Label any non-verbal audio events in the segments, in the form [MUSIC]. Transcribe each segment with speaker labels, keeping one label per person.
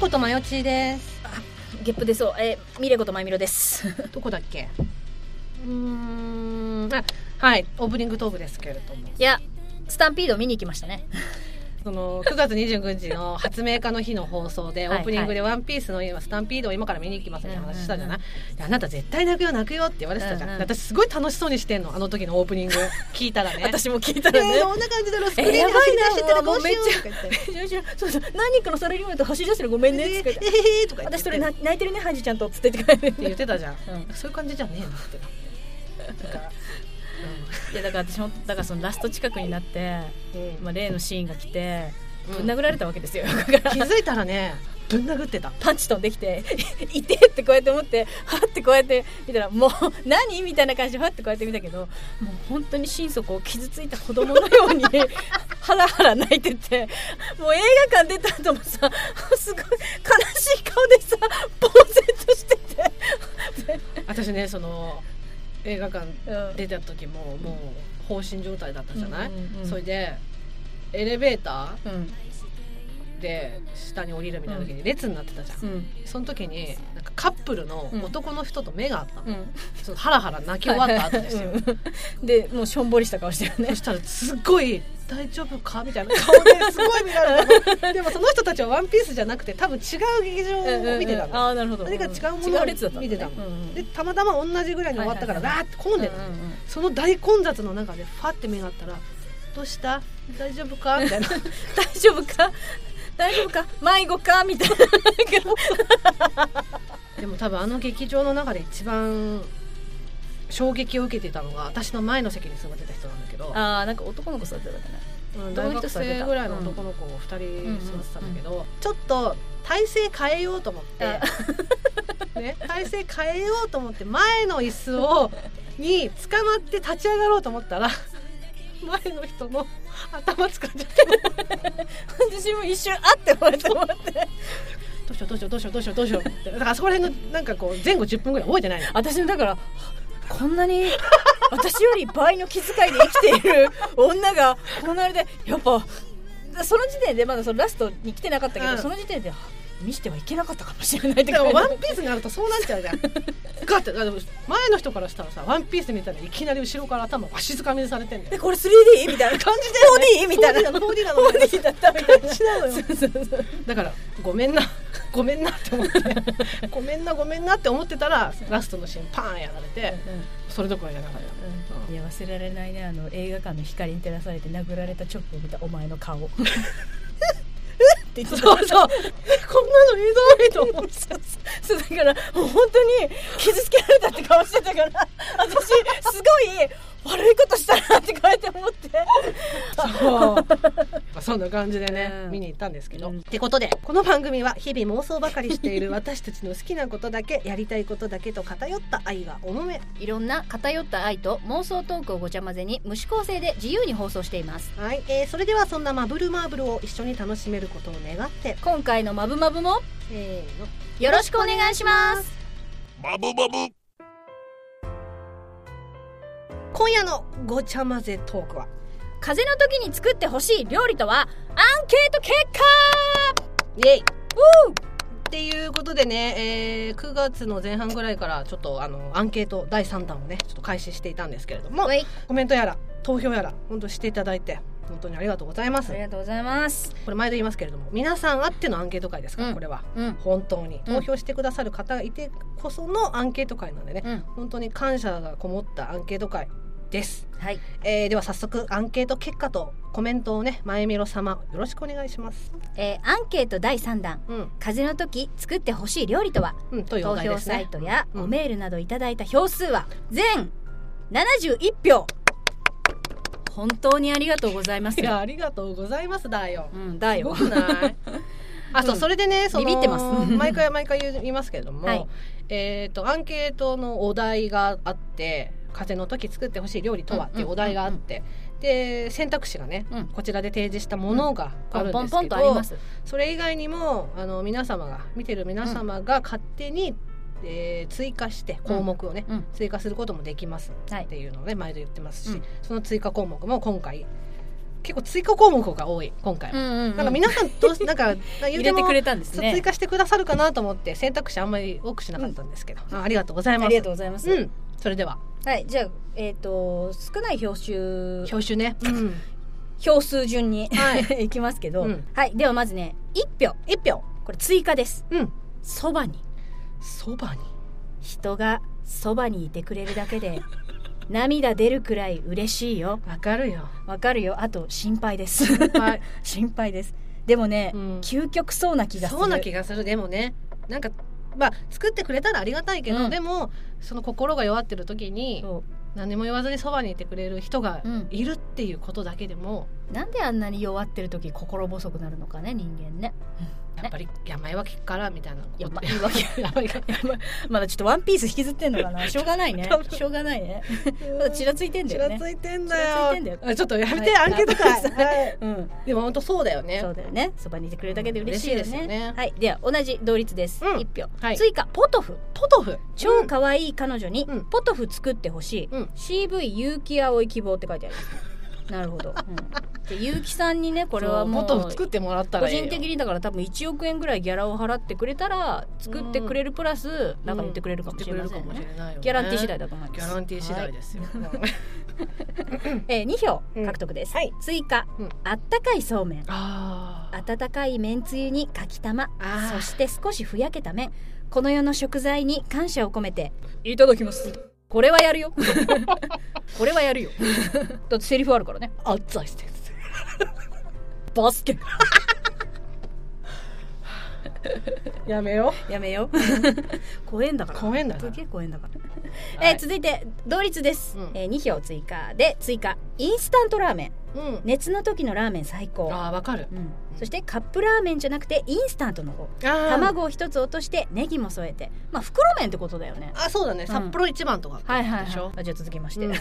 Speaker 1: コとマヨチーです。
Speaker 2: ゲップでそう。えー、ミレコとマイミロです。
Speaker 1: [LAUGHS] どこだっけうーん、あはい、オープニングトークですけれども。
Speaker 2: いや、スタンピード見に行きましたね。
Speaker 1: その9月29日の発明家の日の放送でオ
Speaker 2: はい
Speaker 1: ープニングで「ワンピースの今スタンピードを今から見に行きますって話したじゃない、であなた絶対泣くよ泣くよって言われてたじゃん、
Speaker 2: うんうん
Speaker 1: 私すごい楽しそうにしてんのあの時のオープニング聞いた [LAUGHS] らね
Speaker 2: 私も聞いた
Speaker 1: え
Speaker 2: ら
Speaker 1: ー
Speaker 2: ね。
Speaker 1: どんな感じだろうスク
Speaker 2: え
Speaker 1: リーン
Speaker 2: ー、
Speaker 1: で
Speaker 2: やば
Speaker 1: 走
Speaker 2: い
Speaker 1: り出
Speaker 2: な
Speaker 1: してたらど
Speaker 2: も
Speaker 1: う [LAUGHS]
Speaker 2: うめ
Speaker 1: し
Speaker 2: っ
Speaker 1: よう
Speaker 2: ち
Speaker 1: とか言っ
Speaker 2: ゃ
Speaker 1: て。
Speaker 2: めちゃめちゃそうそう何かのサラリーマンと走り出してるごめんねって言って
Speaker 1: えーとか言って
Speaker 2: 私それな泣いてるねハジちゃんとつって言って帰る
Speaker 1: って言ってたじゃん、
Speaker 2: う
Speaker 1: そういう感じじゃねえのってなんか
Speaker 2: いやだから私もだからそのラスト近くになって、
Speaker 1: うんうん
Speaker 2: まあ、例のシーンが来て
Speaker 1: うん
Speaker 2: ぶん殴られたわけですよ、だから
Speaker 1: 気づいたらねぶん殴ってた
Speaker 2: パンチ飛んできて [LAUGHS] 「いて!」ってこうやって思ってはってこうやって見たら「もう何?」みたいな感じではってこうやって見たけどもう本当に心底を傷ついた子供のように [LAUGHS] ハラハラ泣いててもう映画館出た後もさすごい悲しい顔でさぼう然としてて、
Speaker 1: 私ねその映画館
Speaker 2: うん
Speaker 1: 出た時ももう放心状態だったじゃない、
Speaker 2: うんうんうん
Speaker 1: それでエレベータ
Speaker 2: うん
Speaker 1: ーで下に降りるみたいな時に列になってたじゃん、
Speaker 2: うん
Speaker 1: その時になんかカップルの男の人と目があったの,、
Speaker 2: うん
Speaker 1: そのハラハラ泣き終わった後ですよ、
Speaker 2: うんでもうしょんぼりした顔してるね
Speaker 1: そしたらすっごい「大丈夫か?」みたいな顔ですごい見られたのでもその人たちは「ワンピースじゃなくて多分違う劇場を見てた
Speaker 2: うんうんうん
Speaker 1: の、
Speaker 2: ああなるほど
Speaker 1: 何か違うも
Speaker 2: ん
Speaker 1: の
Speaker 2: 違う列だった
Speaker 1: を
Speaker 2: の
Speaker 1: 見てたの、
Speaker 2: うんうん
Speaker 1: でたまたま同じぐらいに終わったから
Speaker 2: はいはい
Speaker 1: わーって混んでたの、
Speaker 2: うんうんうん
Speaker 1: その大混雑の中でファって目が合ったら「どうした大丈夫か?」みた [LAUGHS] いな
Speaker 2: 大丈夫か大丈夫か迷子かみたいな
Speaker 1: でも多分あの劇場の中で一番衝撃を受けてたのが私の前の席に座ってた人なんだけど、
Speaker 2: [LAUGHS] あーなんか男の子座ってたね
Speaker 1: うん大
Speaker 2: 男の人
Speaker 1: 学
Speaker 2: 座ってた
Speaker 1: 生ぐらいの男の子を2人座ってたんだけど、
Speaker 2: う
Speaker 1: ちょっと体勢変えようと思って、 [LAUGHS] ね、体勢変えようと思って前の椅子をに捕まって立ち上がろうと思ったら前の人の頭掴んじゃって
Speaker 2: 私も一瞬あって思って思って
Speaker 1: どうしようどうしようどうしようどうしようどうしようってだからそこら辺のなんかこう前後10分ぐらい覚えて [LAUGHS] ないの
Speaker 2: 私もだからこんなに私より倍の気遣いで生きている女がこの間やっぱその時点でまだそのラストに来てなかったけど、
Speaker 1: うん
Speaker 2: その時点で見してはいけなかったかもしれないって
Speaker 1: でもワン
Speaker 2: 感
Speaker 1: ピースになるとそうなっちゃうじゃんガッてだって前の人からしたらさワンピース見たらいきなり後ろから頭わしづかみにされてんだ
Speaker 2: じで
Speaker 1: よ
Speaker 2: これ 3D? みたいな感じで 4D? みたいな
Speaker 1: 4D なの
Speaker 2: 4D だったみたいな
Speaker 1: 4D なのよ
Speaker 2: そうそうそう
Speaker 1: だからごめんな [LAUGHS] ごめんなって思ってごめんなごめんなって思ってたらラストのシーンパーンやられてそれどころじゃなかった
Speaker 2: いや忘れられないねあの映画館の光に照らされて殴られた直後見たお前の [LAUGHS] 顔うっって言ってた
Speaker 1: そうそうこんなのひどいと思っ
Speaker 2: そうそうだからもう本当に傷つけられたって顔してたから私すごい悪いことしたなってこうやって思って
Speaker 1: てそんな感じでね、
Speaker 2: うん
Speaker 1: 見に行ったんですけど、
Speaker 2: うん
Speaker 1: ってことでこの番組は日々妄想ばかりしてい [LAUGHS] る私たちの好きなことだけやりたいことだけと偏った愛は重め
Speaker 2: いろんな偏った愛と妄想トークをごちゃ混ぜに無視構成で自由に放送しています
Speaker 1: はい、えーそれではそんなマブルマーブルを一緒に楽しめることを願って
Speaker 2: 今回の「まぶまぶ」も
Speaker 1: せーの
Speaker 2: よろしくお願いします
Speaker 3: マブマブ
Speaker 1: 今夜のごちゃ混ぜトークは
Speaker 2: 風邪の時に作ってほしい料理とはアンケート結果
Speaker 1: イエイっていうことでね、えー9月の前半ぐらいからちょっとあのアンケート第3弾をねちょっと開始していたんですけれども
Speaker 2: おい
Speaker 1: コメントやら投票やら本当していただいて本当にありがとうございます
Speaker 2: ありがとうございます。
Speaker 1: これ毎度言いますけれども皆さんあってのアンケート会ですから、
Speaker 2: うん
Speaker 1: これは
Speaker 2: うん。
Speaker 1: 本当に
Speaker 2: うん
Speaker 1: 投票してくださる方がいてこそのアンケート会なんでね、
Speaker 2: うん。
Speaker 1: 本当に感謝がこもったアンケート会です、
Speaker 2: はい。
Speaker 1: えーでは早速アンケート結果とコメントをね前みろ様よろしくお願いします
Speaker 2: えー、アンケート第3弾。
Speaker 1: うん、
Speaker 2: 風邪の時作ってほしい料理とは
Speaker 1: うん、というお
Speaker 2: 投
Speaker 1: 題で
Speaker 2: 票
Speaker 1: す
Speaker 2: サイ
Speaker 1: ね
Speaker 2: トや
Speaker 1: うん
Speaker 2: おメールなどいただいた票数は全71票本当にありがとうございます
Speaker 1: [LAUGHS] いやありがとうございますだよ
Speaker 2: うんだよ
Speaker 1: すごくない [LAUGHS] あそう、
Speaker 2: うん
Speaker 1: それでねその
Speaker 2: ビビってます
Speaker 1: 毎回毎回言いますけれども、
Speaker 2: はい
Speaker 1: えっ、とアンケートのお題があって「風邪の時作ってほしい料理とは?」っていうお題があって、で選択肢がね
Speaker 2: うん
Speaker 1: こちらで提示したものがあ
Speaker 2: ポ
Speaker 1: る
Speaker 2: ン
Speaker 1: ん
Speaker 2: ポ
Speaker 1: で
Speaker 2: ン
Speaker 1: す
Speaker 2: ポ
Speaker 1: け
Speaker 2: ン
Speaker 1: ど、
Speaker 2: とあります
Speaker 1: それ以外にもあの皆様が見てる皆様が勝手に、えー追加して項目をね、
Speaker 2: うん
Speaker 1: 追加することもできます
Speaker 2: はい
Speaker 1: っていうのをね毎度言ってますし、
Speaker 2: うん
Speaker 1: その追加項目も今回結構追加項目が多い今回は、
Speaker 2: うんうんうん
Speaker 1: なんか皆さんどうしなん [LAUGHS] か入
Speaker 2: 入れてくれたんです
Speaker 1: 追
Speaker 2: ね
Speaker 1: 加してくださるかなと思って選択肢あんまり多くしなかったんですけど、あありがとうござい
Speaker 2: あ
Speaker 1: ます
Speaker 2: りがとうございます、
Speaker 1: うんそれでは
Speaker 2: はいじゃあえっ、と少ない表集
Speaker 1: 表紙ね、うん、
Speaker 2: 票数順に、、
Speaker 1: はい
Speaker 2: [LAUGHS] きますけど、
Speaker 1: うん
Speaker 2: はいではまずね1票
Speaker 1: 一票
Speaker 2: これ追加です
Speaker 1: うん
Speaker 2: そばに
Speaker 1: そばに
Speaker 2: 人がそばにいてくれるだけ [LAUGHS] で涙出るくらい嬉しいよ
Speaker 1: わかるよ
Speaker 2: わかるよあと心配です
Speaker 1: [LAUGHS] はい
Speaker 2: [LAUGHS] 心配ですでもね、
Speaker 1: うん
Speaker 2: 究極そうな気がする
Speaker 1: そうな気がするでもねなんかまあ作ってくれたらありがたいけど、
Speaker 2: うん
Speaker 1: でもその心が弱ってる時に
Speaker 2: そ
Speaker 1: 何も言わずにそばにいてくれる人が
Speaker 2: ううん
Speaker 1: いるっていうことだけでも
Speaker 2: なんであんなに弱ってる時心細くなるのかね人間 [LAUGHS] ね
Speaker 1: やっぱり病は効くからみたいなこと
Speaker 2: 病は効
Speaker 1: [LAUGHS] 病が
Speaker 2: まだちょっとワンピース引きずってんの [LAUGHS] かなしょうがないね
Speaker 1: 多分
Speaker 2: しょうがないね
Speaker 1: [LAUGHS]
Speaker 2: まだちらついてんだ
Speaker 1: ち
Speaker 2: よ
Speaker 1: ら
Speaker 2: ね
Speaker 1: ついてん
Speaker 2: だ
Speaker 1: だ
Speaker 2: よ
Speaker 1: よあちょっとやめて、
Speaker 2: はい
Speaker 1: アンケート会、はい
Speaker 2: うん
Speaker 1: でも本当そうだよね
Speaker 2: そうだよねそばにいてくれるだけで嬉しいよね
Speaker 1: 嬉しいですよね
Speaker 2: はいでは同じ同率です、
Speaker 1: うん
Speaker 2: 一票、
Speaker 1: はい
Speaker 2: 追加ポトフ
Speaker 1: ポトフ
Speaker 2: 超可愛い彼女に
Speaker 1: うん
Speaker 2: ポトフ作ってほしい、
Speaker 1: うん
Speaker 2: CV 結城葵希望って書いてあるなるほど、うん、で結城さんにねこれはもう
Speaker 1: そうポトフ作ってもらった
Speaker 2: 個
Speaker 1: らいいよ
Speaker 2: 人的にだから多分1億円ぐらいギャラを払ってくれたら作ってくれるプラスなんか言ってくれるかもしれませんね、
Speaker 1: 言ってくれるかもしれないよね
Speaker 2: ギャランティー次第だと思います
Speaker 1: ギャランティー次第
Speaker 2: で、
Speaker 1: ですよ、
Speaker 2: えー、2票獲得です、
Speaker 1: うんはい
Speaker 2: 追加、
Speaker 1: うん
Speaker 2: あったかいそうめん
Speaker 1: [LAUGHS] ああ
Speaker 2: 温かいめんつゆにかきたま
Speaker 1: あー
Speaker 2: そして少しふやけた麺この世の食材に感謝を込めていただきますこれはやるよ [LAUGHS] これはやるよだってセリフあるからね
Speaker 1: あっざいしてる
Speaker 2: バスケ
Speaker 1: やめよ
Speaker 2: やめよ [LAUGHS] 怖えんだから
Speaker 1: 怖えんだから
Speaker 2: すげえ怖えんだから、
Speaker 1: う
Speaker 2: えー続いて同率です、
Speaker 1: うん
Speaker 2: えー、2票追加で追加インスタントラーメン
Speaker 1: うん
Speaker 2: 熱の時のラーメン最高
Speaker 1: あーわかる
Speaker 2: うん、そしてカップラーメンじゃなくてインスタントの方
Speaker 1: あー
Speaker 2: 卵を一つ落としてネギも添えてまあ袋麺ってことだよね
Speaker 1: あそうだね札幌一番とか、
Speaker 2: はいはい、
Speaker 1: でしょ
Speaker 2: はい、あじゃあ続きまして、
Speaker 1: うん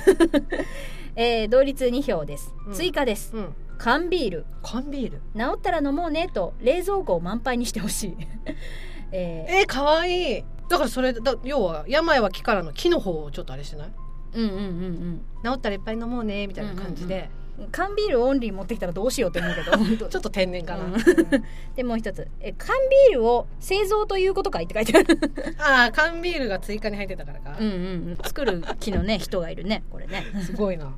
Speaker 2: [LAUGHS] えー同率2票です、
Speaker 1: うん
Speaker 2: 追加です
Speaker 1: うん
Speaker 2: 缶ビール
Speaker 1: 缶ビール
Speaker 2: 治ったら飲もうねと冷蔵庫を満杯にしてほしい、 [LAUGHS] え
Speaker 1: えー、かわいいだからそれだ要は病は木からの木の方をちょっとあれしない
Speaker 2: ーうんうんうん
Speaker 1: 治ったらいっぱい飲もうねみたいな感じで、
Speaker 2: うんうん缶ビールオンリー持ってきたらどうしようって思うけど本
Speaker 1: [LAUGHS]
Speaker 2: 当
Speaker 1: ちょっと天然かな、
Speaker 2: う
Speaker 1: うんん
Speaker 2: [LAUGHS] でもう一つえ缶ビールを製造ということかいって書いてある
Speaker 1: ああ缶ビールが追加に入ってたからか、
Speaker 2: うんうんうん作る気のね人がいるねこ
Speaker 1: [LAUGHS]
Speaker 2: れね、
Speaker 1: すごいな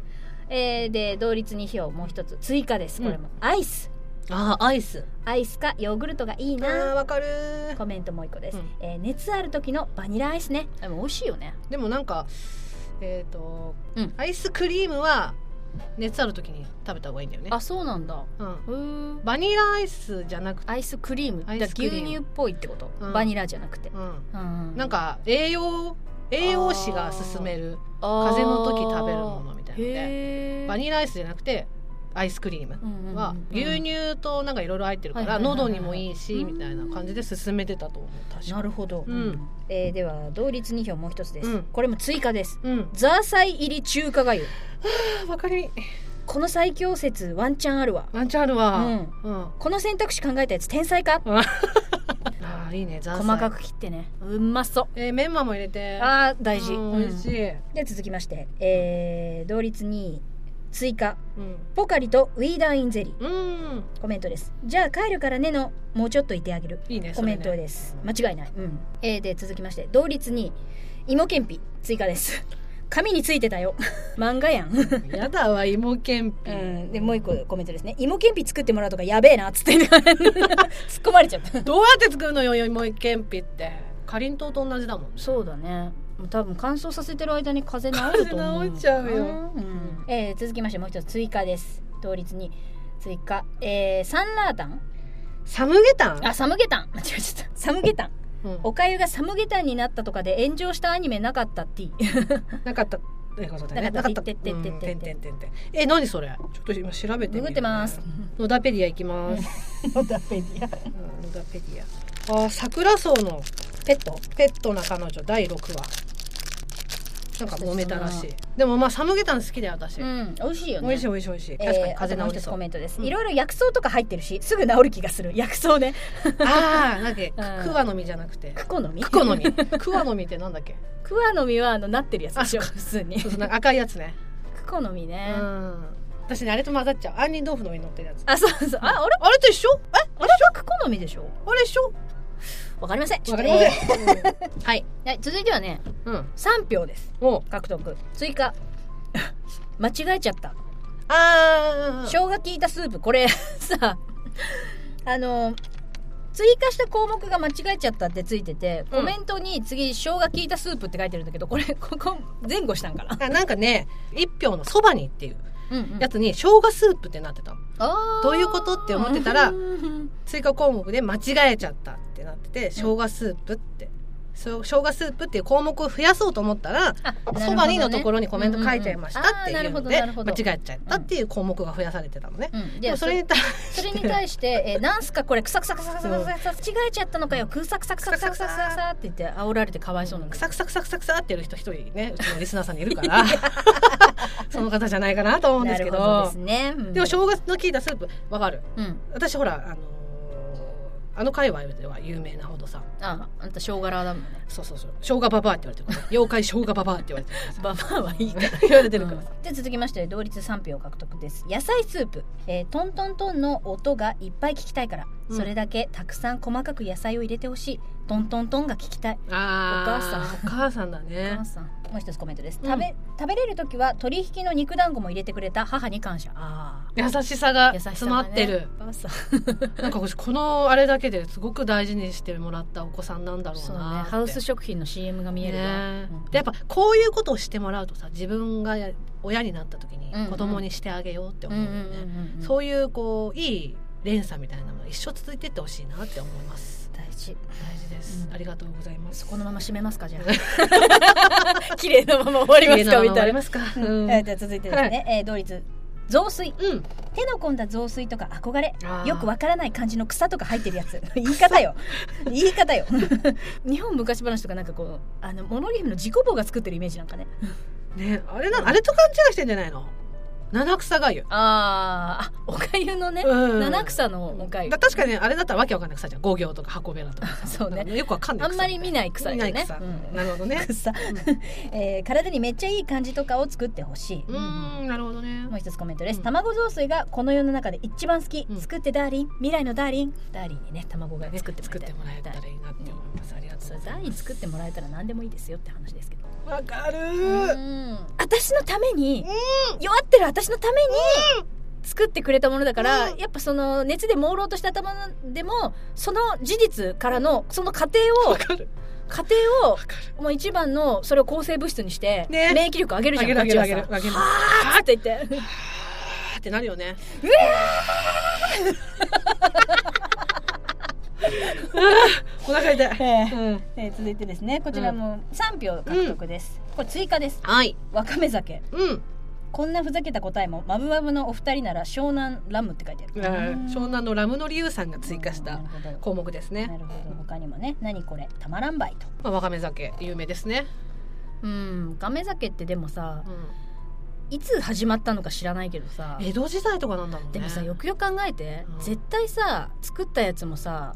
Speaker 2: えーで同率2票もう一つ追加ですこれも、アイス
Speaker 1: あーアイス
Speaker 2: アイスかヨーグルトがいい
Speaker 1: あ
Speaker 2: な
Speaker 1: ーわかるー
Speaker 2: コメントもう一個です、
Speaker 1: うん
Speaker 2: えー熱ある時のバニラアイスねでも美味しいよね
Speaker 1: でもなんかえっ、と、
Speaker 2: うん
Speaker 1: アイスクリームは熱ある時に食べた方がいいんだよね
Speaker 2: あそうなんだ
Speaker 1: うん、
Speaker 2: うーん
Speaker 1: バニラアイスじゃなくて、
Speaker 2: アイスクリーム
Speaker 1: アイスクリーム
Speaker 2: だから牛乳っぽいってこと、
Speaker 1: うん
Speaker 2: バニラじゃなくて、
Speaker 1: う
Speaker 2: うん
Speaker 1: ん、なんか栄養栄養士が勧める
Speaker 2: 風
Speaker 1: 風邪の時食べるものみたいなので
Speaker 2: へー
Speaker 1: バニラアイスじゃなくてアイスクリーム
Speaker 2: うんうんうん
Speaker 1: は牛乳となんかいろいろ入ってるか
Speaker 2: は
Speaker 1: ら
Speaker 2: いはいはいはい
Speaker 1: 喉にもいいしみたいな感じで勧めてたと思う確か
Speaker 2: なるほど、
Speaker 1: うん
Speaker 2: えーでは同率2票もう一つです、
Speaker 1: うん
Speaker 2: これも追加です
Speaker 1: うん
Speaker 2: ザーサイ入り中華がゆ
Speaker 1: あわかり
Speaker 2: この最強説ワンチャンあるわ
Speaker 1: ワンチャンあるわ
Speaker 2: う
Speaker 1: うん
Speaker 2: ん
Speaker 1: うん
Speaker 2: この選択肢考えたやつ天才か
Speaker 1: あーいいねザーサイ
Speaker 2: 細かく切ってねうまそ
Speaker 1: えーメンマも入れて
Speaker 2: あー大事
Speaker 1: うん美味しい
Speaker 2: で続きまして、えー同率2位追加
Speaker 1: うん
Speaker 2: ポカリとウィーダーインゼリ
Speaker 1: うん
Speaker 2: ーコメントですじゃあ帰るからねのもうちょっといてあげる
Speaker 1: いいね
Speaker 2: コメントです、間違いない、うんえーで続きまして同率2位芋けんぴ追加です [LAUGHS] 紙についてたよ [LAUGHS] 漫画やん、う
Speaker 1: すやだわ芋けんぴ
Speaker 2: ん、でもう一個コメントですね芋けんぴ作ってもらうとかやべえなっつって [LAUGHS] 突っ込まれちゃった
Speaker 1: どうやって作るのよ芋けんぴってかりんとうと同じだもん
Speaker 2: そうだね多分乾燥させてる間に風邪治ると思う
Speaker 1: 風邪治っちゃうよ
Speaker 2: うんえー続きましてもう一つ追加です同率に追加、えーサンラータン
Speaker 1: サムゲタン
Speaker 2: あサムゲタン [LAUGHS] 間違えちゃったサムゲタン
Speaker 1: うん
Speaker 2: おかゆがサムゲタンになったとかで炎上したアニメなかった [LAUGHS] T
Speaker 1: なかったってことだね
Speaker 2: な
Speaker 1: な
Speaker 2: か
Speaker 1: か
Speaker 2: っ
Speaker 1: ったた
Speaker 2: てってってってって
Speaker 1: うんてんてんてんてんえ何それちょっと今調べてみ
Speaker 2: グ
Speaker 1: る
Speaker 2: グってます [LAUGHS]
Speaker 1: 野田ペディア行きます
Speaker 2: 野田ペディア
Speaker 1: うん野田ペディアあー桜草の
Speaker 2: ペット
Speaker 1: ペットな彼女第6話なんか揉めたらしいでもまあサムゲタン好きだよ私、
Speaker 2: うん美味しいよね
Speaker 1: 美味しい
Speaker 2: い
Speaker 1: 美味しい美味しい、
Speaker 2: えー、
Speaker 1: 確かに
Speaker 2: あと
Speaker 1: 風
Speaker 2: もう
Speaker 1: 邪治
Speaker 2: 一
Speaker 1: り
Speaker 2: つ
Speaker 1: そ
Speaker 2: コ
Speaker 1: う
Speaker 2: メントです、
Speaker 1: うん
Speaker 2: いろいろ薬草とか入ってるしすぐ治る気がする薬草ね
Speaker 1: ああなんだっけ
Speaker 2: うん
Speaker 1: クワの実じゃなくて
Speaker 2: クコ [LAUGHS] の実
Speaker 1: クコの実クワの実ってなんだっけ
Speaker 2: クワの実はあのなってるやつでしょ普通に
Speaker 1: そうそうなんか赤いやつね
Speaker 2: クコの実ね、
Speaker 1: うん私ねあれと混ざっちゃう杏仁豆腐の上に乗ってるやつ
Speaker 2: あそうそうああれ
Speaker 1: あれと一緒え
Speaker 2: あれ食好みでしょ
Speaker 1: あれ一緒
Speaker 2: わかりません
Speaker 1: わかりません
Speaker 2: ちょっ [LAUGHS] とねはいはい続いてはね
Speaker 1: うん
Speaker 2: 3票です
Speaker 1: お
Speaker 2: 獲得追加 [LAUGHS] 間違えちゃった
Speaker 1: あー
Speaker 2: 生姜効いたスープこれ [LAUGHS] さあの追加した項目が間違えちゃったってついてて、
Speaker 1: うん
Speaker 2: コメントに次生姜効いたスープって書いてるんだけどこれここ前後したんかな、
Speaker 1: あなんかね一票のそばにっていう
Speaker 2: うん
Speaker 1: やつに生姜スープってなってたのどういうことって思ってたら追加項目で間違えちゃったってなってて生姜スープって、そう生姜スープっていう項目を増やそうと思ったらそばにのところにコメント書いちゃいましたっていうので間
Speaker 2: え
Speaker 1: 違えちゃったっていう項目が増やされてたのね。
Speaker 2: うん、
Speaker 1: で
Speaker 2: で
Speaker 1: もそ
Speaker 2: そ
Speaker 1: れ
Speaker 2: れ
Speaker 1: に対
Speaker 2: それに対して「えーなんすかこれクサクサクサクサクサクサ間違えちゃったのかよクサクサクサクサクサクサクサ」って言って煽られてかわいそうなん
Speaker 1: ク
Speaker 2: で
Speaker 1: サクサクサクサクサってやる人一人ねうちのリスナーさんにいるから
Speaker 2: [LAUGHS]
Speaker 1: [LAUGHS] その方じゃないかなと思うんですけど
Speaker 2: なるほどですね、うん
Speaker 1: でも生姜の効いたスープわかる
Speaker 2: うん
Speaker 1: 私ほらあのーあの界隈では有名なほどさ
Speaker 2: ああんた生姜ラーだもんね
Speaker 1: そうそうそう生姜ババアって言われてる
Speaker 2: [LAUGHS]
Speaker 1: から妖怪生姜ババアって言われてるからさ
Speaker 2: ババアはいいから
Speaker 1: 言われてるからさ、
Speaker 2: で続きまして同率3票獲得です野菜スープ、えートントントンの音がいっぱい聞きたいから、
Speaker 1: うん
Speaker 2: それだけたくさん細かく野菜を入れてほしいトントントンが聞きたい
Speaker 1: あー
Speaker 2: [LAUGHS] お母さ
Speaker 1: お母さんだね
Speaker 2: 母さんもう一つコメントです、
Speaker 1: うん
Speaker 2: 食べ食べれる時は鶏ひきの肉団子も入れてくれた母に感謝あー
Speaker 1: 優しさが
Speaker 2: 優しさがね
Speaker 1: 詰まってる、
Speaker 2: お母さん [LAUGHS]
Speaker 1: なんか私このあれだけですごく大事にしてもらったお子さんなんだろう
Speaker 2: そうね
Speaker 1: なって
Speaker 2: ハウス食品の CM が見えるわ、
Speaker 1: ね
Speaker 2: うん
Speaker 1: でやっぱこういうことをしてもらうとさ自分がや親になった時に
Speaker 2: うんうん
Speaker 1: 子供にしてあげようって
Speaker 2: う
Speaker 1: 思
Speaker 2: ん
Speaker 1: う
Speaker 2: うん
Speaker 1: よ
Speaker 2: う
Speaker 1: ね、
Speaker 2: んうん
Speaker 1: そういうこういい連鎖みたいなのが一生続いてってほしいなって思います
Speaker 2: 大事
Speaker 1: 大事です、
Speaker 2: うん
Speaker 1: ありがとうございます
Speaker 2: そこのまま締めますかじゃあ [LAUGHS] 綺麗なまま終わりますかみたいな
Speaker 1: ますかうん、
Speaker 2: はいじゃあ続いてですね、えー同率雑炊
Speaker 1: うん
Speaker 2: 手の込んだ雑炊とか憧れ
Speaker 1: あー
Speaker 2: よくわからない感じの草とか入ってる
Speaker 1: [LAUGHS]
Speaker 2: やつ言い方よ言い方よ [LAUGHS] 日本昔話とかなんかこうあのモノゲームの自己棒が作ってるイメージなんかね
Speaker 1: ねあれなあれと勘違いしてんじゃないの七草がゆ
Speaker 2: あーあおかゆのね、
Speaker 1: うん
Speaker 2: 七草のおかゆ
Speaker 1: だ確かにあれだったらわけわかんない草じゃん五行とか箱べらとかさ
Speaker 2: そうね
Speaker 1: よくわかんない
Speaker 2: [LAUGHS] あんまり見ない草よね
Speaker 1: 見ない草
Speaker 2: うん
Speaker 1: なるほどね
Speaker 2: 草、 [LAUGHS] えー体にめっちゃいい感じとかを作ってほしい、
Speaker 1: うーんなるほどね
Speaker 2: もう一つコメントです、
Speaker 1: うん
Speaker 2: 卵雑炊がこの世の中で一番好き、
Speaker 1: うん
Speaker 2: 作ってダーリン未来のダーリンダーリンにね卵が
Speaker 1: ね
Speaker 2: 作って
Speaker 1: 作ってもらえたらいいなって思いますありがとう
Speaker 2: そう
Speaker 1: ござ
Speaker 2: ダ
Speaker 1: い
Speaker 2: ーリ
Speaker 1: ま
Speaker 2: ン
Speaker 1: す
Speaker 2: 作ってもらえたら何でもいいですよって話ですけど
Speaker 1: わかる
Speaker 2: うん私のために、弱ってる私のために、作ってくれたものだから、
Speaker 1: うん
Speaker 2: やっぱその熱で朦朧とした頭でもその事実からのその過程を
Speaker 1: わかる
Speaker 2: 過程をもう一番のそれを抗生物質にして、
Speaker 1: ね
Speaker 2: 免疫力上げる
Speaker 1: あ
Speaker 2: じゃん
Speaker 1: げるあげるあげ
Speaker 2: こ
Speaker 1: る
Speaker 2: っちは
Speaker 1: あげる
Speaker 2: さあーって言って
Speaker 1: ってなるよねうわーあーお腹痛い、
Speaker 2: え
Speaker 1: うん、
Speaker 2: [LAUGHS] えー続いてですねこちらも3票獲得です、これ追加です
Speaker 1: はい
Speaker 2: わかめ酒
Speaker 1: うん
Speaker 2: こんなふざけた答えもマブマブのお二人なら湘南ラムって書いてある
Speaker 1: 湘南のラムのリュウさんが追加し
Speaker 2: う
Speaker 1: た
Speaker 2: んなるほ
Speaker 1: 項目です
Speaker 2: ど
Speaker 1: ね
Speaker 2: な、るほど他にもね何これたまらんばいと
Speaker 1: まあ、わかめ酒有名ですね、
Speaker 2: うんわかめ酒ってでもさいつ始まったのか知らないけどさ
Speaker 1: 江戸時代とかなんだろうね
Speaker 2: でもさよくよく考えて、
Speaker 1: うん
Speaker 2: 絶対さ作ったやつもさ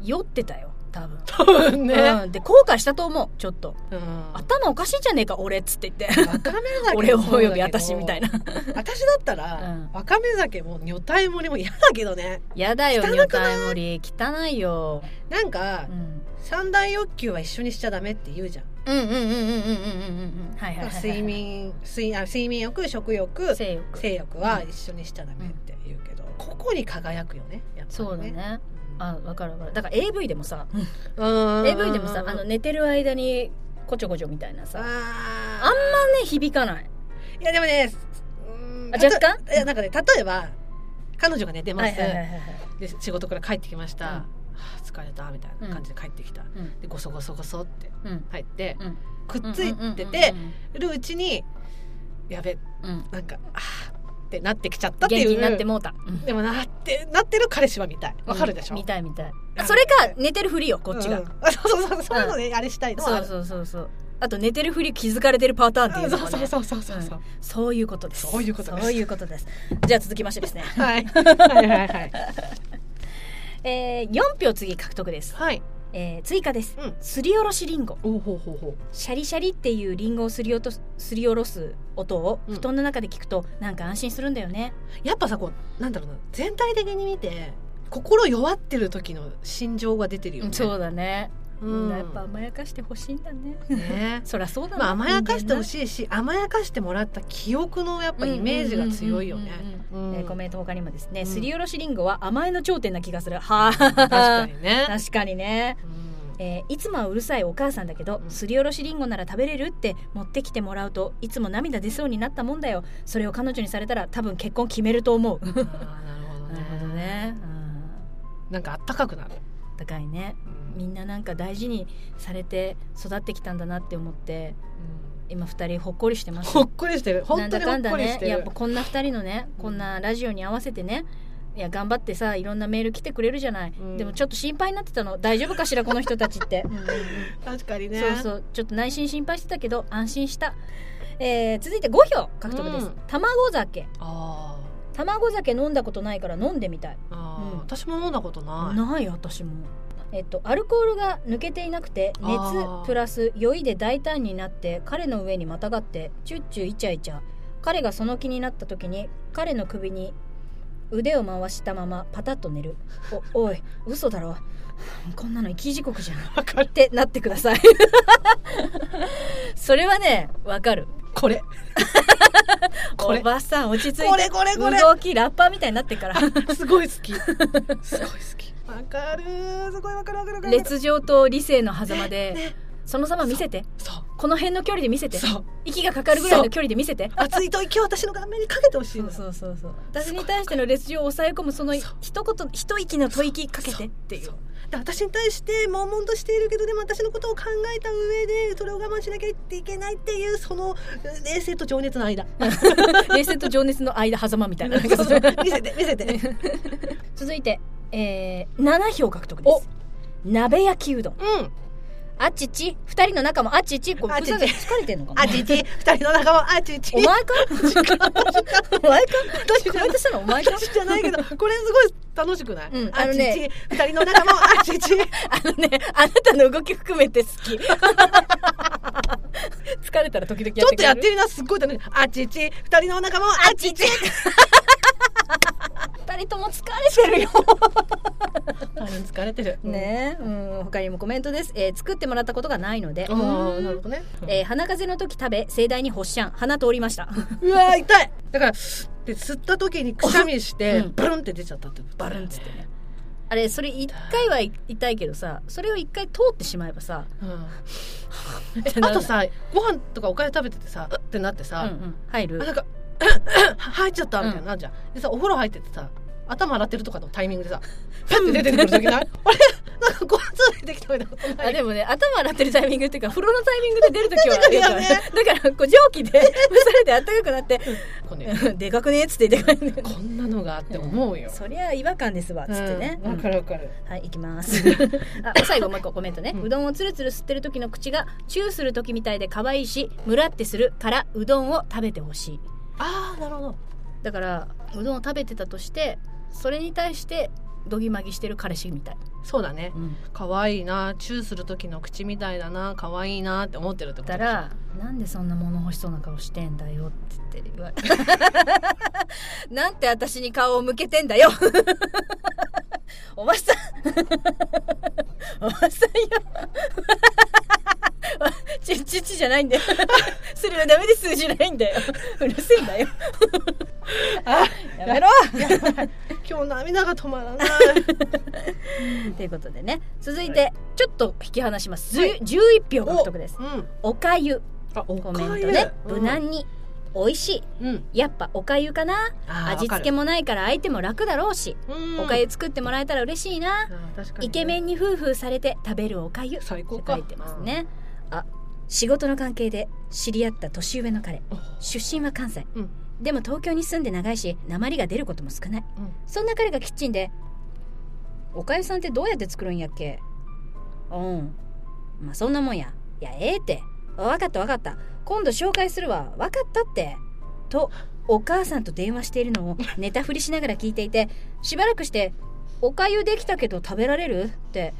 Speaker 2: 酔ってたよ多分
Speaker 1: 多分ね、
Speaker 2: うん、で後悔したと思うちょっと
Speaker 1: うん
Speaker 2: 頭おかしいんじゃねえか俺っつって言って
Speaker 1: わかめ酒
Speaker 2: 俺を
Speaker 1: も
Speaker 2: お
Speaker 1: そうだ
Speaker 2: よ
Speaker 1: け
Speaker 2: び
Speaker 1: ど
Speaker 2: 私みたいな
Speaker 1: 私だったら、
Speaker 2: うん
Speaker 1: わかめ酒も女体盛りも嫌だけどね
Speaker 2: やだよ
Speaker 1: 汚く
Speaker 2: 女体盛り汚いよ、
Speaker 1: なんか、
Speaker 2: うん、
Speaker 1: 三大欲求は一緒にしちゃダメって言うじゃん、
Speaker 2: うんうんうんうんうんうんうんうんはいはいはい、はい、
Speaker 1: 睡眠睡あ睡眠欲食欲
Speaker 2: 性欲
Speaker 1: 性欲は一緒にしちゃダメって言うけど、個々に輝くよねやっぱりね
Speaker 2: そうだねあわかるわかるだから AV でもさ
Speaker 1: うん
Speaker 2: AV でもさあの寝てる間にこちょこちょみたいなさあんまね
Speaker 1: あー
Speaker 2: 響かない
Speaker 1: いやでもねうん
Speaker 2: あ若干
Speaker 1: いやなんかね例えば彼女が寝てます、
Speaker 2: はい
Speaker 1: で仕事から帰ってきました、
Speaker 2: うん
Speaker 1: はあ疲れたみたいな感じで帰ってきた、
Speaker 2: うん
Speaker 1: でゴソゴソゴソって
Speaker 2: うん
Speaker 1: 入って、
Speaker 2: うん
Speaker 1: くっついててるうちにやべ
Speaker 2: うんうん
Speaker 1: なんかあーってなってきちゃった
Speaker 2: 元
Speaker 1: っていう
Speaker 2: 気になってもうたうん
Speaker 1: でもなってなってる彼氏は見たいわかるでしょ、
Speaker 2: うん見たい見たい
Speaker 1: うん
Speaker 2: それか寝てるふりよこっちが、
Speaker 1: うんあそうそうそうそういうのね、あれしたいのはあ
Speaker 2: そう
Speaker 1: る
Speaker 2: そうそうそうあと寝てるふり気づかれてるパターンっていうの
Speaker 1: そ
Speaker 2: も
Speaker 1: う
Speaker 2: ね、
Speaker 1: そうそうそうそうそう
Speaker 2: そういうことです
Speaker 1: そういうことです、
Speaker 2: そういうことですじゃあ続きましてですね [LAUGHS]
Speaker 1: はいはいはいはい
Speaker 2: えー、4票次獲得です
Speaker 1: はい
Speaker 2: えー追加です、
Speaker 1: うん
Speaker 2: すりおろしりんご
Speaker 1: おうほうほうほ
Speaker 2: シャリシャリっていうリンゴをすりおとすすりおろす音を
Speaker 1: うん
Speaker 2: 布団の中で聞くとなんか安心するんだよね、
Speaker 1: うやっぱさこうなんだろうな全体的に見て心弱ってる時の心情が出てるよね
Speaker 2: そうだね、み
Speaker 1: うんん
Speaker 2: なやっぱ甘やかしてほしいんだね
Speaker 1: ね
Speaker 2: [LAUGHS] そりゃそうだな
Speaker 1: まあ、甘やかしてほ
Speaker 2: い
Speaker 1: しいし甘やかしてもらった記憶のやっぱイメージが強いよね。うん
Speaker 2: えーコメント他にもですね、
Speaker 1: うん
Speaker 2: すりおろしりんごは甘えの頂点な気がするはあ
Speaker 1: [LAUGHS] 確かにね。
Speaker 2: [LAUGHS] 確かにね、
Speaker 1: うん
Speaker 2: えーいつもはうるさいお母さんだけど、
Speaker 1: うん
Speaker 2: すりおろしりんごなら食べれるって持ってきてもらうといつも涙出そうになったもんだよそれを彼女にされたら多分結婚決めると思うなる
Speaker 1: あ [LAUGHS] ーなるほどね。
Speaker 2: ほどねうん
Speaker 1: なんかあったかくなる。
Speaker 2: 高いねみんななんか大事にされて育ってきたんだなって思って
Speaker 1: うん
Speaker 2: 今二人ほっこりしてます
Speaker 1: ほっこりしてる。本当にほ
Speaker 2: な
Speaker 1: っ
Speaker 2: んだか
Speaker 1: こ
Speaker 2: んだ
Speaker 1: りし
Speaker 2: ね
Speaker 1: て
Speaker 2: やっ
Speaker 1: る
Speaker 2: ぱ。こんな二人のねこんなラジオに合わせてねいや頑張ってさいろんなメール来てくれるじゃない、
Speaker 1: うん
Speaker 2: でもちょっと心配になってたの大丈夫かしらこの人たち
Speaker 1: [LAUGHS]
Speaker 2: って、
Speaker 1: 確かにね。
Speaker 2: そうそうちょっと内心心配してたけど安心した、えー続いて5票獲得です、
Speaker 1: うん
Speaker 2: 卵酒
Speaker 1: あ
Speaker 2: 卵酒飲んだことないから飲んでみたい
Speaker 1: ーあー
Speaker 2: うん
Speaker 1: 私も飲んだことない。
Speaker 2: ない私もえっとアルコールが抜けていなくて熱
Speaker 1: あー
Speaker 2: プラス酔いで大胆になって彼の上にまたがってチュッチュイチャイチャ彼がその気になった時に彼の首に腕を回したままパタッと寝るおおい嘘だろこんなの生き時刻じゃん
Speaker 1: わか
Speaker 2: っ
Speaker 1: る。
Speaker 2: てなってくださいそれはねわかる
Speaker 1: こ [LAUGHS] れ。これ
Speaker 2: おばさん落ち着いて
Speaker 1: これこれこれ。
Speaker 2: 動きラッパーみたいになってから
Speaker 1: [LAUGHS] すごい好き。すごい好き。わかるー。すごいわかるわかるわかる。
Speaker 2: 烈情と理性の狭間で、
Speaker 1: ね。
Speaker 2: その様見せて
Speaker 1: そ
Speaker 2: この辺の距離で見せ
Speaker 1: う。
Speaker 2: て
Speaker 1: そう。
Speaker 2: 息がかかるぐらいの距離で見せて
Speaker 1: 熱い吐息を私の顔面にかけてほしい
Speaker 2: そ
Speaker 1: の
Speaker 2: う
Speaker 1: よ。
Speaker 2: そうそうそう私に対しての烈情を抑え込むその
Speaker 1: そう
Speaker 2: 一言一息の吐息かけてっていう
Speaker 1: そうで私に対して悶々としているけどでも私のことを考えた上でそれを我慢しなきゃいけないっていうそのうん冷静と情熱の間
Speaker 2: [LAUGHS] 冷静と情熱の間狭間みたいな
Speaker 1: [LAUGHS] そうそう見せて見せて
Speaker 2: 続いて、えー、7票獲得です鍋焼きうどん
Speaker 1: うん
Speaker 2: あっちち二人の仲もあっちちこれ
Speaker 1: あっち
Speaker 2: ふ
Speaker 1: ち
Speaker 2: ざけて疲れてんのかな
Speaker 1: あちち二人の仲間あちち
Speaker 2: お前かお前か
Speaker 1: 私
Speaker 2: コ
Speaker 1: じゃ
Speaker 2: メントしたのお前か
Speaker 1: 私じゃないけどこれすごい楽しくない、
Speaker 2: うんあ
Speaker 1: あ
Speaker 2: の
Speaker 1: ち
Speaker 2: ね
Speaker 1: ち二人の仲間あち
Speaker 2: [LAUGHS]
Speaker 1: ち
Speaker 2: あのねあなたの動き含めて好
Speaker 1: [LAUGHS]
Speaker 2: き疲れたら時々やってくれる
Speaker 1: ちょっとやってみなすっごい楽しいあちち二人の仲間あちち
Speaker 2: 二人とも疲れてるよ
Speaker 1: 大変疲れてる
Speaker 2: [LAUGHS] ねえ、うん、他にもコメントです、えー作ってもらったことがないので
Speaker 1: ああなるほどね、
Speaker 2: えー鼻風邪の時食べ盛大に発しゃん鼻通りました
Speaker 1: うわー痛いだからで吸った時にくしゃみして、
Speaker 2: うん
Speaker 1: ブルンって出ちゃったってこと
Speaker 2: バルンっつってねあれそれ一回は痛いけどさそれを一回通ってしまえばさ
Speaker 1: うんあとさご飯とかおかゆ食べててさうってなって
Speaker 2: うんう
Speaker 1: さ、
Speaker 2: ん入
Speaker 1: あ
Speaker 2: る
Speaker 1: なんか [COUGHS] 入っちゃったみたいになるじゃん、でさお風呂入っててさ頭洗ってるとかのタイミン
Speaker 2: [LAUGHS]
Speaker 1: グでさパッて出てくる時ない [LAUGHS] あれなんかご飯ついてきたみたいなことな
Speaker 2: あ
Speaker 1: い
Speaker 2: でもね頭洗ってるタイミングっていうか風呂のタイミングで出るときはあるから、
Speaker 1: 出
Speaker 2: ね
Speaker 1: て、
Speaker 2: だからこう蒸気で蒸されて暖かくなって
Speaker 1: こうね
Speaker 2: 「でかくね」っつって言ってくれる
Speaker 1: こんなのがあって思うよ、
Speaker 2: そりゃ違和感ですわっつってね、
Speaker 1: うんわ、かるわかる
Speaker 2: はい、行きます。あ、最後もう一個コメントね。
Speaker 1: うん
Speaker 2: うどんをつるつる吸ってる時の口がチューする時みたいで可愛いし、むらってするからうどんを食べてほしい。
Speaker 1: ああなるほど
Speaker 2: だからうどんを食べてたとして、それに対してどぎまぎしてる彼氏みたい。
Speaker 1: そうだね可愛いなチューする時の口みたいだな可愛いなって思ってるってこと
Speaker 2: だからなんでそんな物欲しそうな顔してんだよって言って言わ
Speaker 1: [LAUGHS]
Speaker 2: れなんて私に顔を向けてんだよ [LAUGHS] おばさんおばさん [LAUGHS] よ [LAUGHS] ちちちじゃないんだよそれはダメです数じゃないんだよ [LAUGHS] うるせえんだよ
Speaker 1: [LAUGHS] あ
Speaker 2: や
Speaker 1: [LAUGHS]
Speaker 2: めろ
Speaker 1: 今日涙が止ま
Speaker 2: [LAUGHS]
Speaker 1: らない
Speaker 2: ということでね続いてちょっと引き離します、
Speaker 1: はい
Speaker 2: 11票獲得です
Speaker 1: うん
Speaker 2: おかゆ
Speaker 1: あおか
Speaker 2: コ
Speaker 1: ゆ
Speaker 2: メントね、
Speaker 1: うん
Speaker 2: 無難に美味しい
Speaker 1: うん
Speaker 2: やっぱおかゆかな
Speaker 1: あー
Speaker 2: 味付けもないから相手も楽だろうし、
Speaker 1: わるうん
Speaker 2: おかゆ作ってもらえたら嬉しいな、
Speaker 1: あー確かにね
Speaker 2: イケメンに夫婦されて食べるおかゆって
Speaker 1: 最高か
Speaker 2: 書いてますねあ仕事の関係で知り合った年上の彼
Speaker 1: うん
Speaker 2: 出身は関西、
Speaker 1: うん
Speaker 2: でも東京に住んで長いし鉛が出ることも少ない、
Speaker 1: うん
Speaker 2: そんな彼がキッチンで「おかゆさんってどうやって作るんやっけ?」うんまあそんなもんやいやええってわかったわかった今度紹介するわわかったってとお母さんと電話しているのをネタ振りしながら聞いていてしばらくして「おかゆできたけど食べられる?」って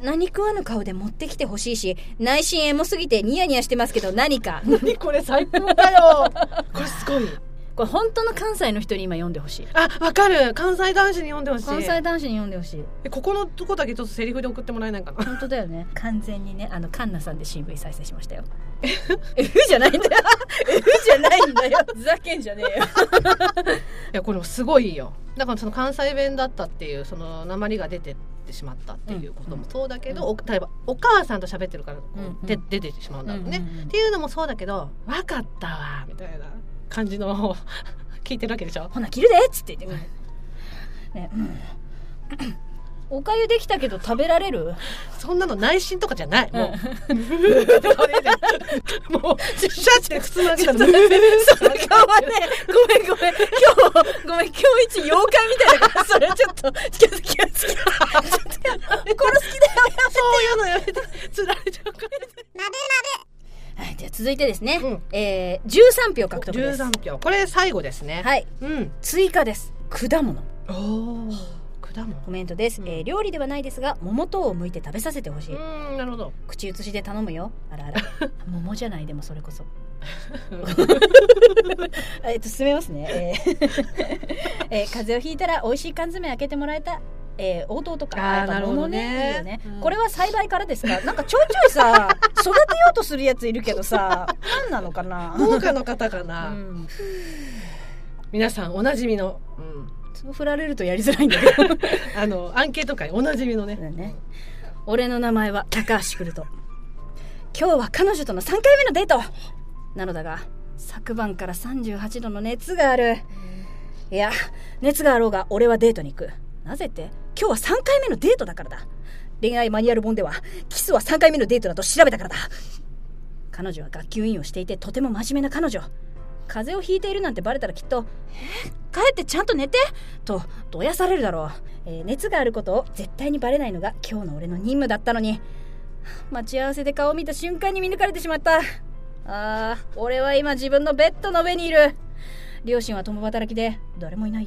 Speaker 2: 何食わぬ顔で持ってきてほしいし内心エモすぎてニヤニヤしてますけど何か
Speaker 1: 何 [LAUGHS] これ最高だよこれすごい
Speaker 2: これ本当の関西の人に今読んでほしい
Speaker 1: あわかる関西男子に読んでほしい
Speaker 2: 関西男子に読んでほしい
Speaker 1: えここのとこだけちょっとセリフで送ってもらえないか [LAUGHS] な
Speaker 2: 本当だよね完全にねあのカンナさんで新聞再生しましたよえふじゃないんだ [LAUGHS] よえふじゃないんだよふざけんじゃねえよ
Speaker 1: いやこれもすごいよだからその関西弁だったっていうその鉛が出てってしまったっていうこともそうだけど、
Speaker 2: う
Speaker 1: お
Speaker 2: ん
Speaker 1: 例えばお母さんと喋ってるから、
Speaker 2: ん
Speaker 1: で出てしまうんだろうね、
Speaker 2: うんうんう
Speaker 1: っ
Speaker 2: ん
Speaker 1: ていうのもそうだけど「わかったわ」みたいな感じの [LAUGHS] 聞いてるわけでしょ
Speaker 2: ほな切るでっつって言ってくる、ねうん、おかゆできたけど食べられる
Speaker 1: そんなの内心とかじゃない [LAUGHS] もう
Speaker 2: うん
Speaker 1: もうシャッて靴の中
Speaker 2: [LAUGHS] その
Speaker 1: で
Speaker 2: 顔はね、ごめんごめん、今日、ごめん、今日一妖怪みたいだから、それちょっと、気をつけ、気をつけ、 [LAUGHS] ちょっと、これ好きだよ、
Speaker 1: そういうのやめてつられちゃうから
Speaker 2: [LAUGHS] はい、じゃあ続いてですね、
Speaker 1: うん
Speaker 2: えー、13票獲得です。
Speaker 1: 13票これ最後ですね、
Speaker 2: はい、
Speaker 1: うん
Speaker 2: 追加です。果物。
Speaker 1: おお果物
Speaker 2: コメントです、
Speaker 1: うん
Speaker 2: えー料理ではないですが、桃糖を剥いて食べさせてほしい。
Speaker 1: うんなるほど
Speaker 2: 口移しで頼むよ。
Speaker 1: [LAUGHS]
Speaker 2: あらあら。桃じゃない、でもそれこそ。えっと、進めますね。えー [LAUGHS] えー風邪をひいたら美味しい缶詰開けてもらえた、えー、応答とか。
Speaker 1: あー
Speaker 2: やっぱ
Speaker 1: なるほどね
Speaker 2: 桃いいよね
Speaker 1: うん
Speaker 2: これは栽培からですかなんかちょいちょいさ、育てようとするやついるけど
Speaker 1: [LAUGHS]
Speaker 2: さ、何なのかな
Speaker 1: 農家の方か
Speaker 2: う
Speaker 1: な、
Speaker 2: ん、
Speaker 1: 皆さんおなじみの、うん、
Speaker 2: そう振られるとやりづらいんだけど。
Speaker 1: あのアンケート会おなじみのね
Speaker 2: だね俺の名前は高橋来ると今日は彼女との3回目のデートなのだが昨晩から38度の熱があるいや熱があろうが俺はデートに行くなぜって今日は3回目のデートだからだ恋愛マニュアル本ではキスは3回目のデートだと調べたからだ彼女は学級委員をしていてとても真面目な彼女風邪をひいているなんてバレたらきっと帰ってちゃんと寝てとどやされるだろう、えー熱があることを絶対にバレないのが今日の俺の任務だったのに待ち合わせで顔を見た瞬間に見抜かれてしまったあー俺は今自分のベッドの上にいる両親は共働きで誰もいない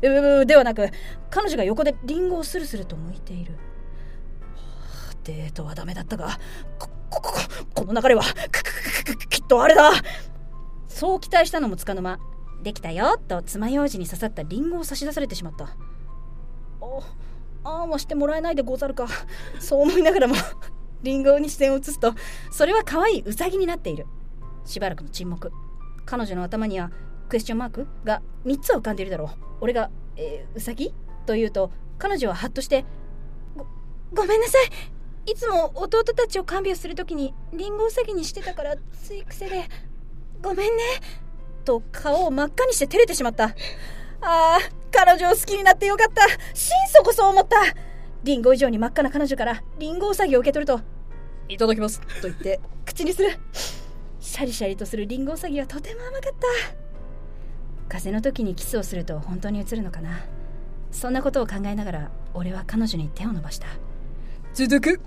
Speaker 2: 家うううではなく彼女が横でリンゴをスルスルと剥いているはあデートはダメだったがこここここの流れはくくくくくきっとあれだそう期待したのもつかの間できたよと爪楊枝に刺さったリンゴを差し出されてしまったあああもしてもらえないでござるかそう思いながらもリンゴに視線を移すとそれは可愛いウサギになっているしばらくの沈黙彼女の頭にはクエスチョンマークが3つは浮かんでいるだろう俺が「えー、ウサギ?」と言うと彼女はハッとして「ごごめんなさいいつも弟たちを看病するときにリンゴウサギにしてたからつい癖でごめんね」と顔を真っ赤にして照れてしまったああ彼女を好きになってよかった心底そう思ったリンゴ以上に真っ赤な彼女からリンゴウサギを受け取ると「いただきます」と言って口にするシャリシャリとするリンゴウサギはとても甘かった風邪の時にキスをすると本当に映るのかなそんなことを考えながら俺は彼女に手を伸ばした続 [LAUGHS] く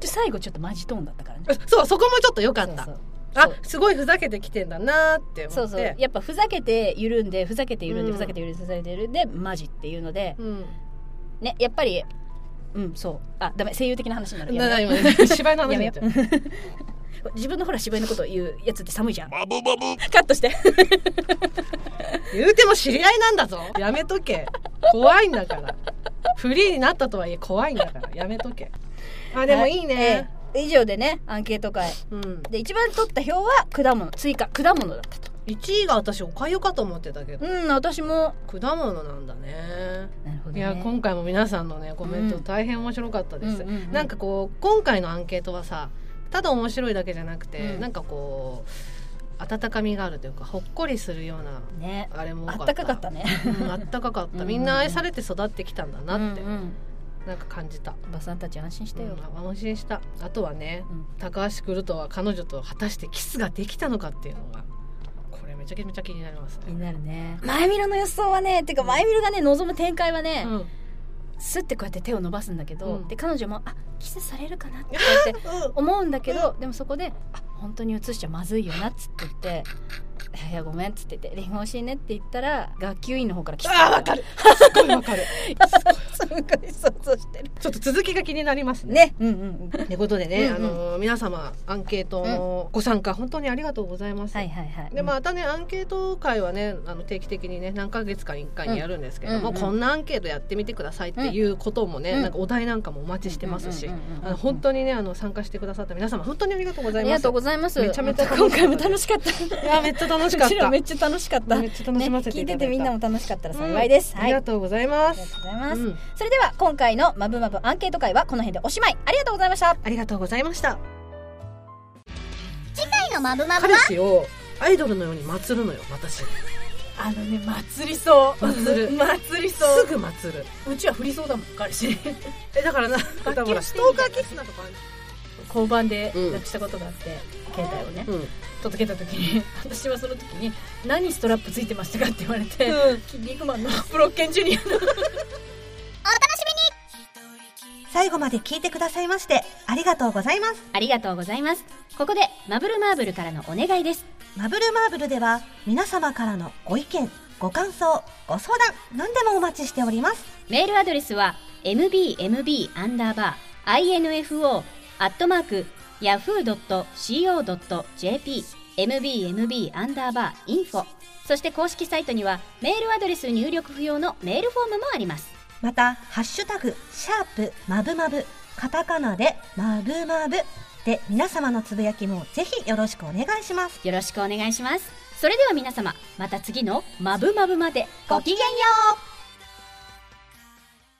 Speaker 2: 最後ちょっとマジトーンだったからね
Speaker 1: そうそこもちょっと良かった
Speaker 2: そうそう
Speaker 1: あ
Speaker 2: そう
Speaker 1: すごいふざけてきてんだなーって思って
Speaker 2: そうそうやっぱふざけて緩んでふざけて緩んで
Speaker 1: うん
Speaker 2: ふざけて緩んでふざけて緩んでマジっていうので
Speaker 1: うん
Speaker 2: ねやっぱりうんそうあダメ声優的な話になるや
Speaker 1: なな
Speaker 2: めよ
Speaker 1: 今ね芝居の話に
Speaker 2: やめ
Speaker 1: な
Speaker 2: よ
Speaker 1: っちゃう
Speaker 2: う自分のほら芝居のこと言うやつって寒いじゃん [LAUGHS] カットして
Speaker 1: 言うても知り合いなんだぞやめとけ怖いんだからフリーになったとはいえ怖いんだからやめとけあでもいいね、
Speaker 2: はいええ以上でねアンケート会
Speaker 1: うん、
Speaker 2: で一番取った票は果物追加果物だったと
Speaker 1: 1位が私おかゆかと思ってたけど
Speaker 2: うん私も
Speaker 1: 果物なんだね
Speaker 2: なるほど
Speaker 1: いや今回も皆さんのねコメント
Speaker 2: うん
Speaker 1: 大変面白かったです、
Speaker 2: うんうんうん
Speaker 1: なんかこう今回のアンケートはさただ面白いだけじゃなくて、
Speaker 2: うん
Speaker 1: なんかこう温かみがあるというかほっこりするような
Speaker 2: ね
Speaker 1: あれも多
Speaker 2: あ
Speaker 1: かっ
Speaker 2: っ
Speaker 1: た
Speaker 2: たかかったね
Speaker 1: うんあったかかっ
Speaker 2: うんう
Speaker 1: た
Speaker 2: ん
Speaker 1: みんな愛されて育ってきたんだ [LAUGHS] なって、
Speaker 2: うんうん
Speaker 1: なんか感じた
Speaker 2: おばさんたち安心したよ、
Speaker 1: うん安心したあとはね、
Speaker 2: うん
Speaker 1: 高橋クルトは彼女と果たしてキスができたのかっていうのがこれめちゃめちゃ気になります
Speaker 2: 気
Speaker 1: ね、
Speaker 2: になるね前見ろの予想はねてか前見ろがね望む展開はね、
Speaker 1: うん
Speaker 2: スッてこうやって手を伸ばすんだけど、
Speaker 1: うん
Speaker 2: で彼女もあキスされるかなって [LAUGHS] こうやって思うんだけど、でもそこであ本当に映しちゃまずいよなっつって言っていやごめんっつっててリンゴ欲しいねって言ったら学級委員の方から来た
Speaker 1: ああわかるすっごいわかる
Speaker 2: すごい想像してる
Speaker 1: ちょっと続きが気になります [LAUGHS] ね
Speaker 2: ねうんうんうん
Speaker 1: ということでね、
Speaker 2: うんうん
Speaker 1: あの皆様アンケートのご参加、本当にありがとうございます、
Speaker 2: はいはいはい
Speaker 1: でまたねアンケート会はねあの定期的にね何ヶ月かに1回にやるんですけども、
Speaker 2: うんうん
Speaker 1: こんなアンケートやってみてくださいっていうこともね、
Speaker 2: うん
Speaker 1: なんかお題なんかもお待ちしてますし、
Speaker 2: うんうんうんうん
Speaker 1: あの本当にねあの参加してくださった皆様本当にありがとうござ
Speaker 2: あ
Speaker 1: い
Speaker 2: り
Speaker 1: ま
Speaker 2: が
Speaker 1: す
Speaker 2: とうございます
Speaker 1: めちゃめちゃ楽しか
Speaker 2: 今
Speaker 1: った
Speaker 2: 回も楽しかった
Speaker 1: いやめっちゃ楽しかっ
Speaker 2: うちら
Speaker 1: た
Speaker 2: めっちゃ楽しかった
Speaker 1: めっちゃ楽しませてい
Speaker 2: ね、聞い
Speaker 1: ただいた
Speaker 2: ててみんなも楽しかったら幸いです、
Speaker 1: うんあ
Speaker 2: は
Speaker 1: り
Speaker 2: いあ
Speaker 1: が
Speaker 2: り
Speaker 1: とうございま
Speaker 2: がと
Speaker 1: す
Speaker 2: うございます、
Speaker 1: うん
Speaker 2: それでは今回の「まぶまぶアンケート会」はこの辺でおしまいありがとうございました
Speaker 1: ありがとうございました
Speaker 3: 回のマブマブ
Speaker 1: 彼氏をアイドルのように祭るのよ私
Speaker 2: あのね祭りそう
Speaker 1: 祭る
Speaker 2: 祭り
Speaker 1: すぐ祭る
Speaker 2: うちは振りそうだもん彼氏
Speaker 1: えだからなだからほらストーカーキッスなとかある
Speaker 2: 交番で
Speaker 1: うん
Speaker 2: なくしたことがあって、携帯をね
Speaker 1: うん
Speaker 2: 届けた時に私はその時に「何ストラップついてましたか?」って言われて、
Speaker 1: うん
Speaker 2: キンリーグマンのブロッケンジュニアの
Speaker 4: 最後まで聞いてくださいまして、ありがとうございます。
Speaker 5: ありがとうございます。ここでマブルマーブルからのお願いです。
Speaker 4: マブルマーブルでは、皆様からのご意見、ご感想、ご相談、何でもお待ちしております。
Speaker 5: メールアドレスは mbmb アンダーバー info アットマーク yahoo.co.jp mbmb アンダーバー info そして公式サイトにはメールアドレス入力不要のメールフォームもあります。
Speaker 4: また、ハッシュタグ、シャープ、マブマブ、カタカナで、マブマブで、皆様のつぶやきもぜひよろしくお願いします。
Speaker 5: よろしくお願いします。それでは皆様、また次のマブマブまでごきげんよう